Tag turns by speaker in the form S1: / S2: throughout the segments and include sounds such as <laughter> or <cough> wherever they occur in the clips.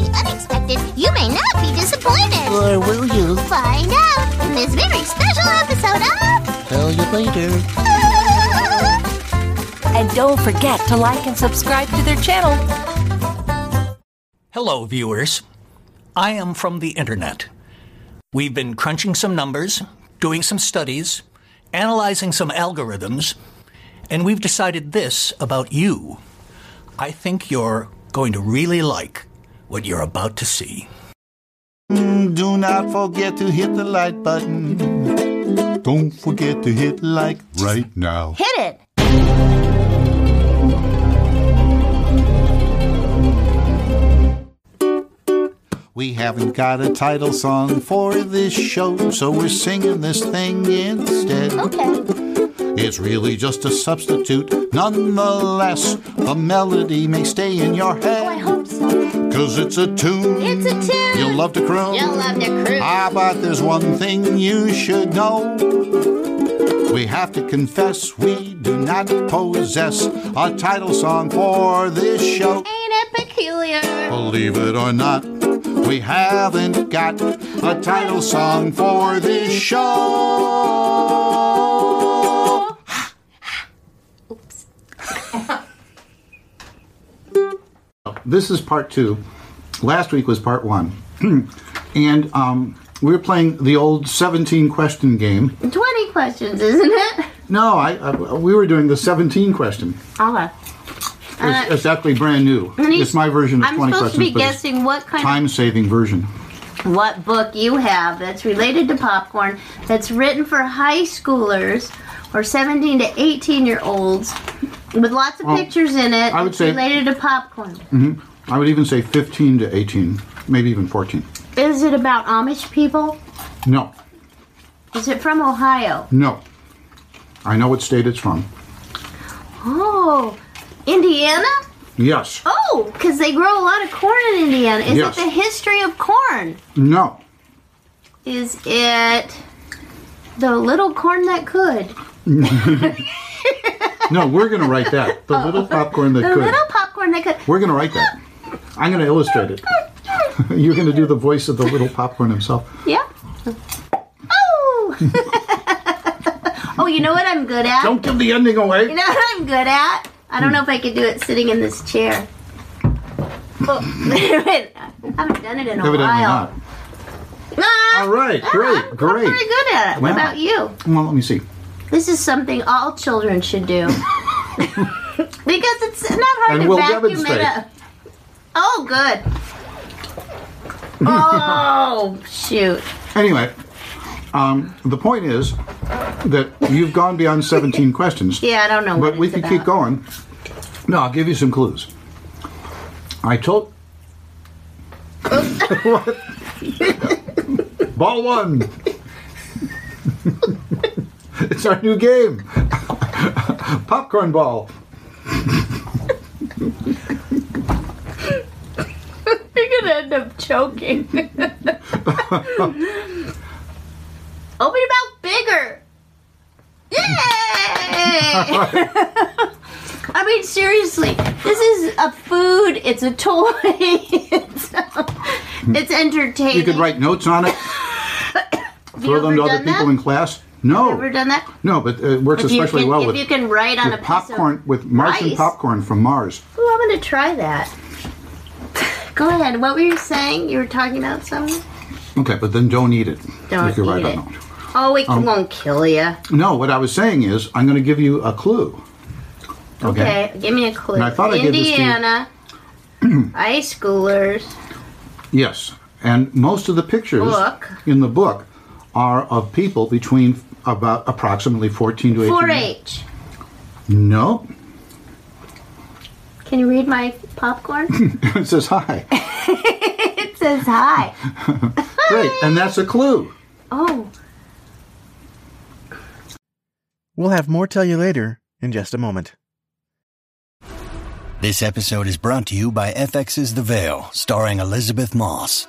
S1: expected, you may not be disappointed.
S2: Or will you?
S1: Find out in this very special episode of. <laughs>
S2: Tell you later.
S3: And don't forget to like and subscribe to their channel.
S4: Hello, viewers. I am from the internet. We've been crunching some numbers, doing some studies, analyzing some algorithms, and we've decided this about you. I think you're going to really like what you're about to see.
S5: Do not forget to hit the like button. Don't forget to hit like right now.
S1: Hit it!
S5: We haven't got a title song for this show, so we're singing this thing instead.
S1: Okay.
S5: It's really just a substitute. Nonetheless, the melody may stay in your
S1: Oh, I
S5: head.
S1: hope so.
S5: Cause it's a tune.
S1: It's a tune.
S5: You'll love to croon.
S1: You'll love to cruise.
S5: Ah, but there's one thing you should know. We have to confess we do not possess a title song for this show.
S1: Ain't it peculiar?
S5: Believe it or not, we haven't got a title song for this show.
S1: Oops.
S5: <laughs> This is part two. Last week was part one. <clears throat> and um, we were playing the old 17 question game.
S1: 20 questions, isn't it?
S5: No, I, I we were doing the 17 question.
S1: Okay.
S5: It's, it's actually brand new.
S1: Denise,
S5: It's my version of
S1: Uh, I'm
S5: 20
S1: supposed
S5: questions,
S1: to be
S5: but it's
S1: guessing what kind of
S5: time-saving version.
S1: what book you have that's related to popcorn that's written for high schoolers or 17 to 18 year olds with lots of pictures in it
S5: I would
S1: that's
S5: say- Mm-hmm.
S1: related to popcorn.
S5: I would even say 15 to 18, maybe even 14.
S1: Is it about Amish people?
S5: No,
S1: Is it from Ohio?
S5: no. I know what state it's from.
S1: Oh, Indiana?
S5: Yes.
S1: Oh, because they grow a lot of corn in Indiana. Is
S5: Yes.
S1: it the history of corn?
S5: No.
S1: Is it the little corn that could?
S5: No, we're going to write
S1: <laughs>
S5: that. The little popcorn that
S1: Oh. The
S5: could.
S1: little popcorn that could.
S5: We're going to write that. I'm going to illustrate it. <laughs> You're going to do the voice of the little popcorn himself.
S1: Yep. Oh! <laughs> oh, you know what I'm good at?
S5: Don't Hmm. give the ending
S1: You
S5: away.
S1: know what I'm good at? I don't know if I could do it sitting in this chair. Oh, <laughs> wait, I haven't done it in a
S5: Evidently
S1: while.
S5: not.
S1: Ah,
S5: All right, great,
S1: I'm
S5: great.
S1: pretty good at it.
S5: Wow.
S1: What about you?
S5: Well, let me see.
S1: This is something all children
S5: <laughs>
S1: should do. because it's not hard
S5: And
S1: to
S5: we'll
S1: vacuum
S5: demonstrate.
S1: it up. Oh, good. Oh, shoot.
S5: Anyway, um, the point is that you've gone beyond 17 questions.
S1: Yeah, I don't know what
S5: But we
S1: it's
S5: can
S1: about.
S5: keep going. No, I'll give you some clues. I told. what? <laughs> Ball one. <laughs> it's our new game. <laughs> Popcorn ball.
S1: You're gonna end up <laughs> choking. Open your mouth bigger. Yay! <laughs> I mean, seriously, this is a food. It's a toy. <laughs> it's, <laughs> it's entertaining.
S5: You could write notes on it,
S1: Have you
S5: throw them
S1: ever
S5: to other
S1: done that?
S5: people in class. No,
S1: Ever done that?
S5: no, but it works
S1: you
S5: especially
S1: can,
S5: well
S1: if
S5: with
S1: you can write on a piece
S5: popcorn,
S1: Of,
S5: with Martian
S1: rice.
S5: popcorn from Mars.
S1: Ooh, I'm gonna try that. <laughs> Go ahead. What were you saying? You were talking about something.
S5: Okay, but then don't eat it.
S1: Don't
S5: you can write
S1: eat
S5: on Um,
S1: it.
S5: notes.
S1: Oh, it won't kill you.
S5: No, what I was saying is, I'm going to give you a clue.
S1: Okay, give me a clue.
S5: And I thought I gave this to you. <clears throat>
S1: Indiana, high schoolers.
S5: Yes, and most of the pictures
S1: Book.
S5: in the book are of people between about approximately 14 to 18.
S1: 4-H.
S5: No, <laughs>
S1: Can you read my
S5: <laughs>
S1: popcorn? <laughs>
S5: it says hi.
S1: it says hi.
S5: Great, and that's a clue.
S1: Oh,
S6: We'll have more tell you later in just a moment.
S7: This episode is brought to you by FX's The Veil, starring Elizabeth Moss.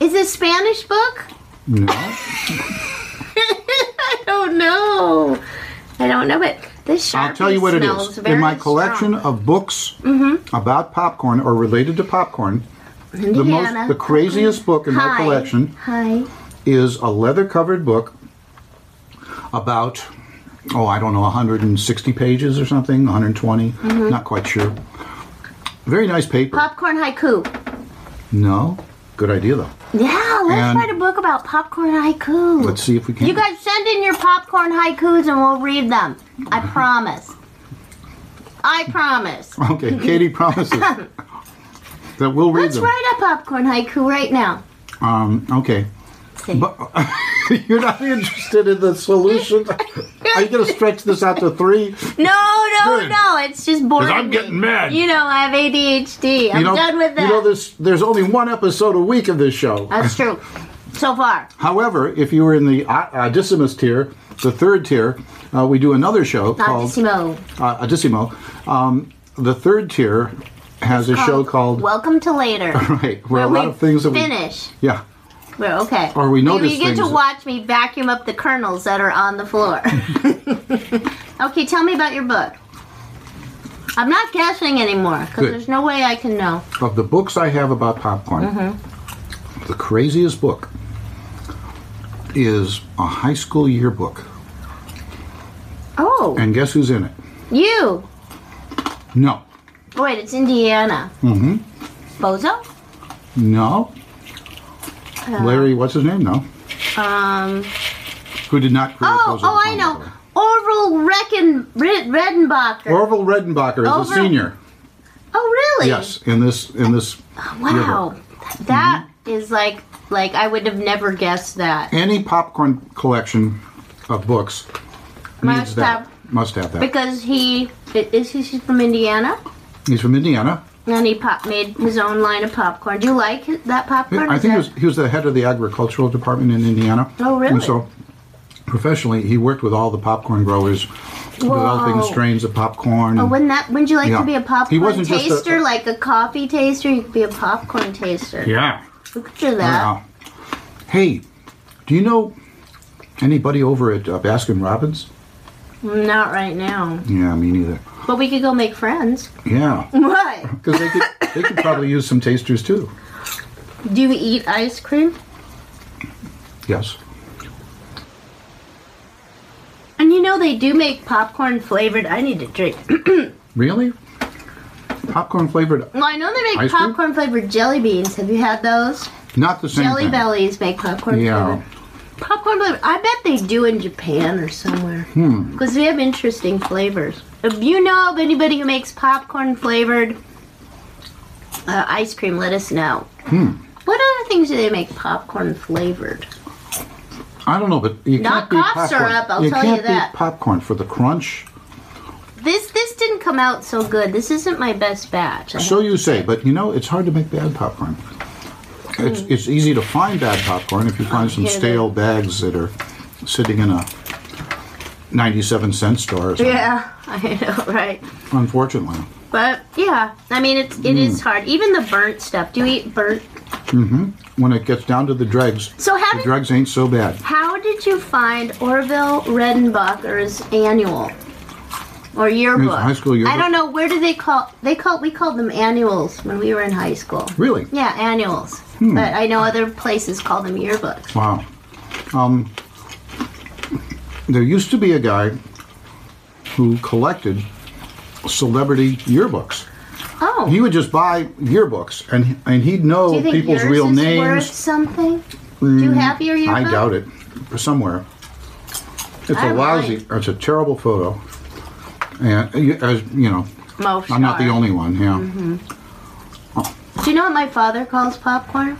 S1: Is it Spanish book?
S5: No.
S1: <laughs> I don't know. I don't know, but this Sharpie
S5: I'll tell you what it
S1: smells
S5: is.
S1: Very
S5: In my collection
S1: strong. Mm-hmm.
S5: of books about popcorn or related to popcorn, the
S1: Indiana.
S5: most the craziest book in my
S1: Hi.
S5: collection
S1: Hi.
S5: is a leather-covered book about oh, I don't know, 160 pages or something, 120,
S1: Mm-hmm.
S5: not quite sure. Very nice paper.
S1: Popcorn haiku.
S5: no. Good idea though.
S1: Yeah, let's
S5: And-
S1: write a book about popcorn haiku.
S5: Let's see if we can
S1: You guys send in your popcorn haikus and we'll read them. I promise. I
S5: <laughs>
S1: promise.
S5: <laughs>
S1: <laughs>
S5: Okay, Katie promises that we'll read
S1: Let's
S5: them.
S1: write a popcorn haiku right now.
S5: Um, okay.
S1: See.
S5: But <laughs> you're not interested in the
S1: <laughs>
S5: solution. Are you going to stretch this out to three?
S1: No, no,
S5: Good.
S1: no. It's just boring.
S5: 'Cause I'm
S1: me.
S5: getting mad.
S1: You know, I have ADHD. I'm
S5: you know,
S1: done with that.
S5: You know, there's there's only one episode a week of this show. <laughs>
S1: That's true. So far.
S5: However, if you were in the uh, Audissimus tier, the third tier, uh, we do another show called
S1: Altissimo.
S5: uh, Audissimo. Um, the third tier has a show called
S1: Welcome to
S5: <laughs>
S1: Later.
S5: right, where, a lot
S1: we
S5: of things that
S1: finish.
S5: we yeah.
S1: We're okay.
S5: Or we notice
S1: Maybe you get
S5: things
S1: to
S5: that-
S1: watch me vacuum up the kernels that are on the
S5: <laughs>
S1: floor. <laughs> okay, tell me about your book. I'm not guessing anymore because
S5: Good.
S1: there's no way I can know.
S5: of the books I have about popcorn,
S1: Mm-hmm.
S5: the craziest book is a high school yearbook.
S1: Oh,
S5: And guess who's in it?
S1: you.
S5: No.
S1: Wait, it's Indiana. Mm-hmm. Bozo?
S5: No.
S1: Uh.
S5: Larry, what's his name? No.
S1: Um.
S5: Who did not create
S1: Oh,
S5: those
S1: oh, I know. Orville Recken, Red, Redenbacher.
S5: Orville Redenbacher is
S1: Orville-
S5: a senior.
S1: oh, really?
S5: Yes, in this in this
S1: Wow,
S5: yearbook.
S1: Th- that is like like I would have never guessed that
S5: Any popcorn collection of books
S1: Must
S5: needs that.
S1: have.
S5: Must have that.
S1: because he i- is he he's from Indiana
S5: He's from Indiana.
S1: and he pop made his own line of popcorn. Do you like hi- that popcorn?
S5: I
S1: Is
S5: think he
S1: that-
S5: was, he was the head of the agricultural department in Indiana.
S1: Oh, really?
S5: And so, professionally, he worked with all the popcorn growers, developing
S1: Whoa.
S5: strains of popcorn.
S1: Oh, wouldn't that? Wouldn't you like
S5: Yeah.
S1: to be a
S5: He
S1: popcorn
S5: wasn't just a-
S1: taster, like a coffee taster? You could be a popcorn taster.
S5: yeah. Oh,
S1: Look at that.
S5: Wow. Hey, do you know anybody over at uh, Baskin Robbins?
S1: Not right now,
S5: Yeah, me neither.
S1: but we could go make friends. <laughs>
S5: Yeah,
S1: What?
S5: because they could they could probably use some tasters too.
S1: Do you eat ice cream?
S5: Yes.
S1: And you know they do make popcorn flavored. I need a drink. <clears throat>
S5: Really? Popcorn flavored?
S1: Well, I know they make
S5: Ice cream?
S1: popcorn flavored jelly beans. Have you had those?
S5: Not the same.
S1: jelly
S5: thing.
S1: bellies make popcorn
S5: Yeah.
S1: flavored. Popcorn flavored. I bet they do in Japan or somewhere.
S5: Hmm.
S1: Because they have interesting flavors. If you know of anybody who makes popcorn flavored uh, ice cream, let us know.
S5: Hmm.
S1: What other things do they make popcorn flavored?
S5: I don't know, but you
S1: Not
S5: can't be
S1: cough
S5: popcorn.
S1: syrup, I'll
S5: you
S1: tell you
S5: can't beat
S1: that.
S5: popcorn for the crunch.
S1: This this didn't come out so good. This isn't my best batch. I
S5: So you say, but you know, it's hard to make bad popcorn. It's,
S1: Mm.
S5: it's easy to find bad popcorn if you find some
S1: hear that.
S5: stale bags that are sitting in a 97 cent store or something,
S1: <laughs> yeah, I know, right?
S5: unfortunately.
S1: But yeah, I mean it's it
S5: Hmm.
S1: is hard. Even the burnt stuff. Do you eat burnt?
S5: When it gets down to the dregs,
S1: So how
S5: the
S1: did-
S5: dregs ain't so bad.
S1: How did you find Orville Redenbacher's annual or yearbook?
S5: high school yearbook.
S1: I don't know. Where do they call? They call we called them annuals when we were in high school.
S5: Really? Hmm.
S1: Yeah, annuals. But I know other places call them yearbooks.
S5: Wow. Um, there used to be a guy who collected celebrity yearbooks.
S1: Oh,
S5: He would just buy yearbooks, and and he'd
S1: do
S5: know
S1: you think
S5: people's
S1: yours
S5: real
S1: is
S5: names. Mm,
S1: worth something? do you have your yearbook?
S5: I doubt it. Somewhere. It's
S1: I
S5: a lousy.
S1: might.
S5: It's a terrible photo. And uh, you- as you know,
S1: Most
S5: I'm not the
S1: are.
S5: only one. Yeah. Hmm.
S1: Do you know what my father calls popcorn?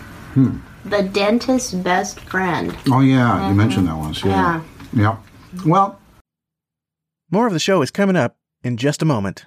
S1: The dentist's best friend.
S5: Oh yeah,
S1: Mm-hmm.
S5: you mentioned that once. Yeah. Yeah. Well,
S6: More of the show is coming up in just a moment.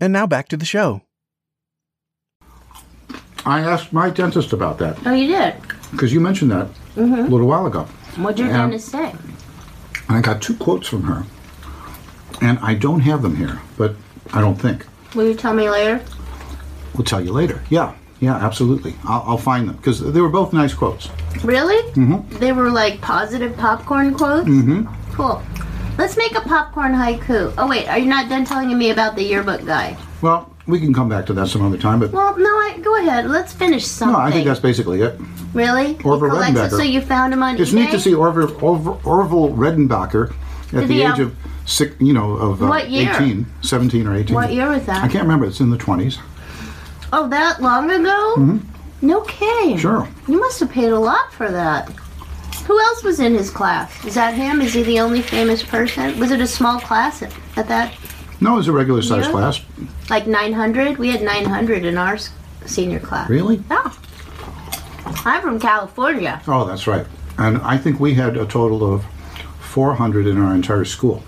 S6: And now back to the show.
S5: I asked my dentist about that
S1: Oh, you did?
S5: because you mentioned that a
S1: Mm-hmm.
S5: little while ago.
S1: What'd your
S5: Yeah.
S1: dentist say?
S5: And I got two quotes from her. And I don't have them here, but I don't think.
S1: Will you tell me later?
S5: We'll tell you later. Yeah, yeah, absolutely. I'll, I'll find them because they were both nice quotes.
S1: Really? Mm-hmm. They were like positive popcorn quotes? Mm-hmm. Cool. Let's make a popcorn haiku. Oh, wait, are you not done telling me about the yearbook guy?
S5: Well, we can come back to that some other time, but
S1: Well, no, I, go ahead. Let's finish something.
S5: no, I think that's basically it.
S1: Really?
S5: Orville
S1: You collected-
S5: Redenbacher.
S1: So you found him on
S5: It's
S1: eBay?
S5: neat to see Orville, Orville, Orville Redenbacher at
S1: Did
S5: the
S1: he,
S5: age
S1: um,
S5: of six, you know, of uh,
S1: What year?
S5: 18, 17 or 18.
S1: What year was that?
S5: I can't remember. It's in the 20s.
S1: Oh, that long ago? Mm-hmm. No kidding.
S5: Sure.
S1: You must have paid a lot for that. Who else was in his class? Is that him? Is he the only famous person? Was it a small class at, at that?
S5: No, it's a regular size
S1: Yeah.
S5: class.
S1: Like 900? We had 900 in our s- senior class.
S5: Really?
S1: Yeah. Oh. I'm from California.
S5: Oh, that's right. And I think we had a total of 400 in our entire school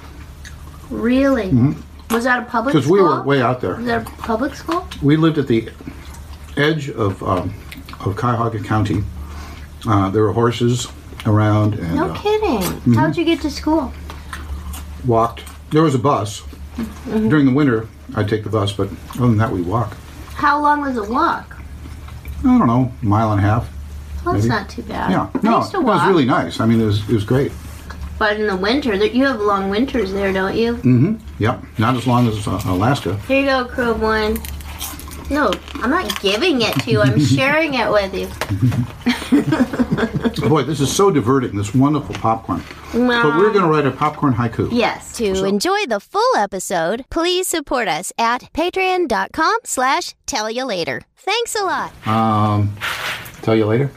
S1: Really? Was that a public school?
S5: because Mm-hmm. we were way out there.
S1: Was that a public school?
S5: we lived at the edge of um, of Cuyahoga County. Uh, there were horses around and
S1: No
S5: uh,
S1: kidding. How'd you get to school?
S5: walked. There was a bus.
S1: Mm-hmm.
S5: During the winter, I'd take the bus, but other than that, we walk.
S1: How long was the walk?
S5: I don't know, mile and a half.
S1: Well, it's
S5: Maybe.
S1: not too bad.
S5: Yeah,
S1: I
S5: no,
S1: used to
S5: it
S1: walk,
S5: was really nice. I mean, it was, it was great.
S1: but in the winter, there- you have long winters there, don't you?
S5: Mm. Yep, not as long as uh, Alaska.
S1: Here you go, crew of one. No, I'm not giving it to you.
S5: <laughs>
S1: I'm sharing it with you.
S5: Boy, this is so diverting. This wonderful popcorn. But we're going to write a popcorn haiku.
S1: Yes.
S8: To enjoy the full episode, please support us at patreon.com slash tell you later. Thanks a lot.
S5: Um, tell you later.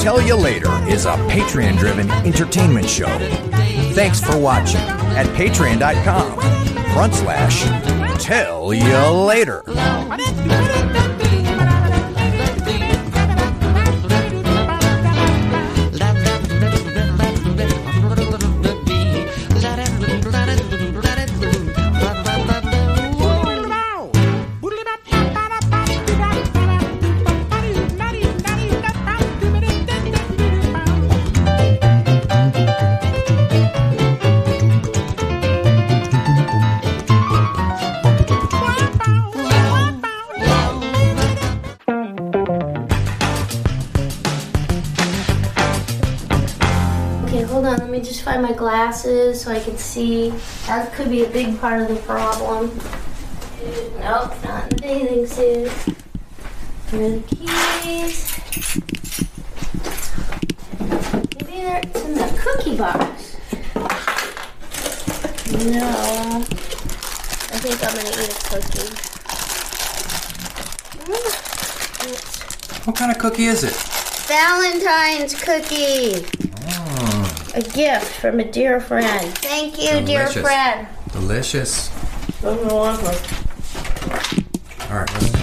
S9: Tell You Later is a Patreon driven entertainment show. Thanks for watching at patreon.com front slash tell you later.
S1: Okay, hold on. Let me just find my glasses so I can see. That could be a big part of the problem. Nope, not in the bathing suit. Where are the keys? Maybe they're it's in the cookie box. No. I think I'm gonna eat a cookie. Mm, it's
S9: What kind of cookie is it?
S1: Valentine's cookie. A gift from a dear friend. Thank you, dear
S9: Delicious.
S1: friend.
S9: Delicious.
S1: Those are lovely.
S9: All right, let's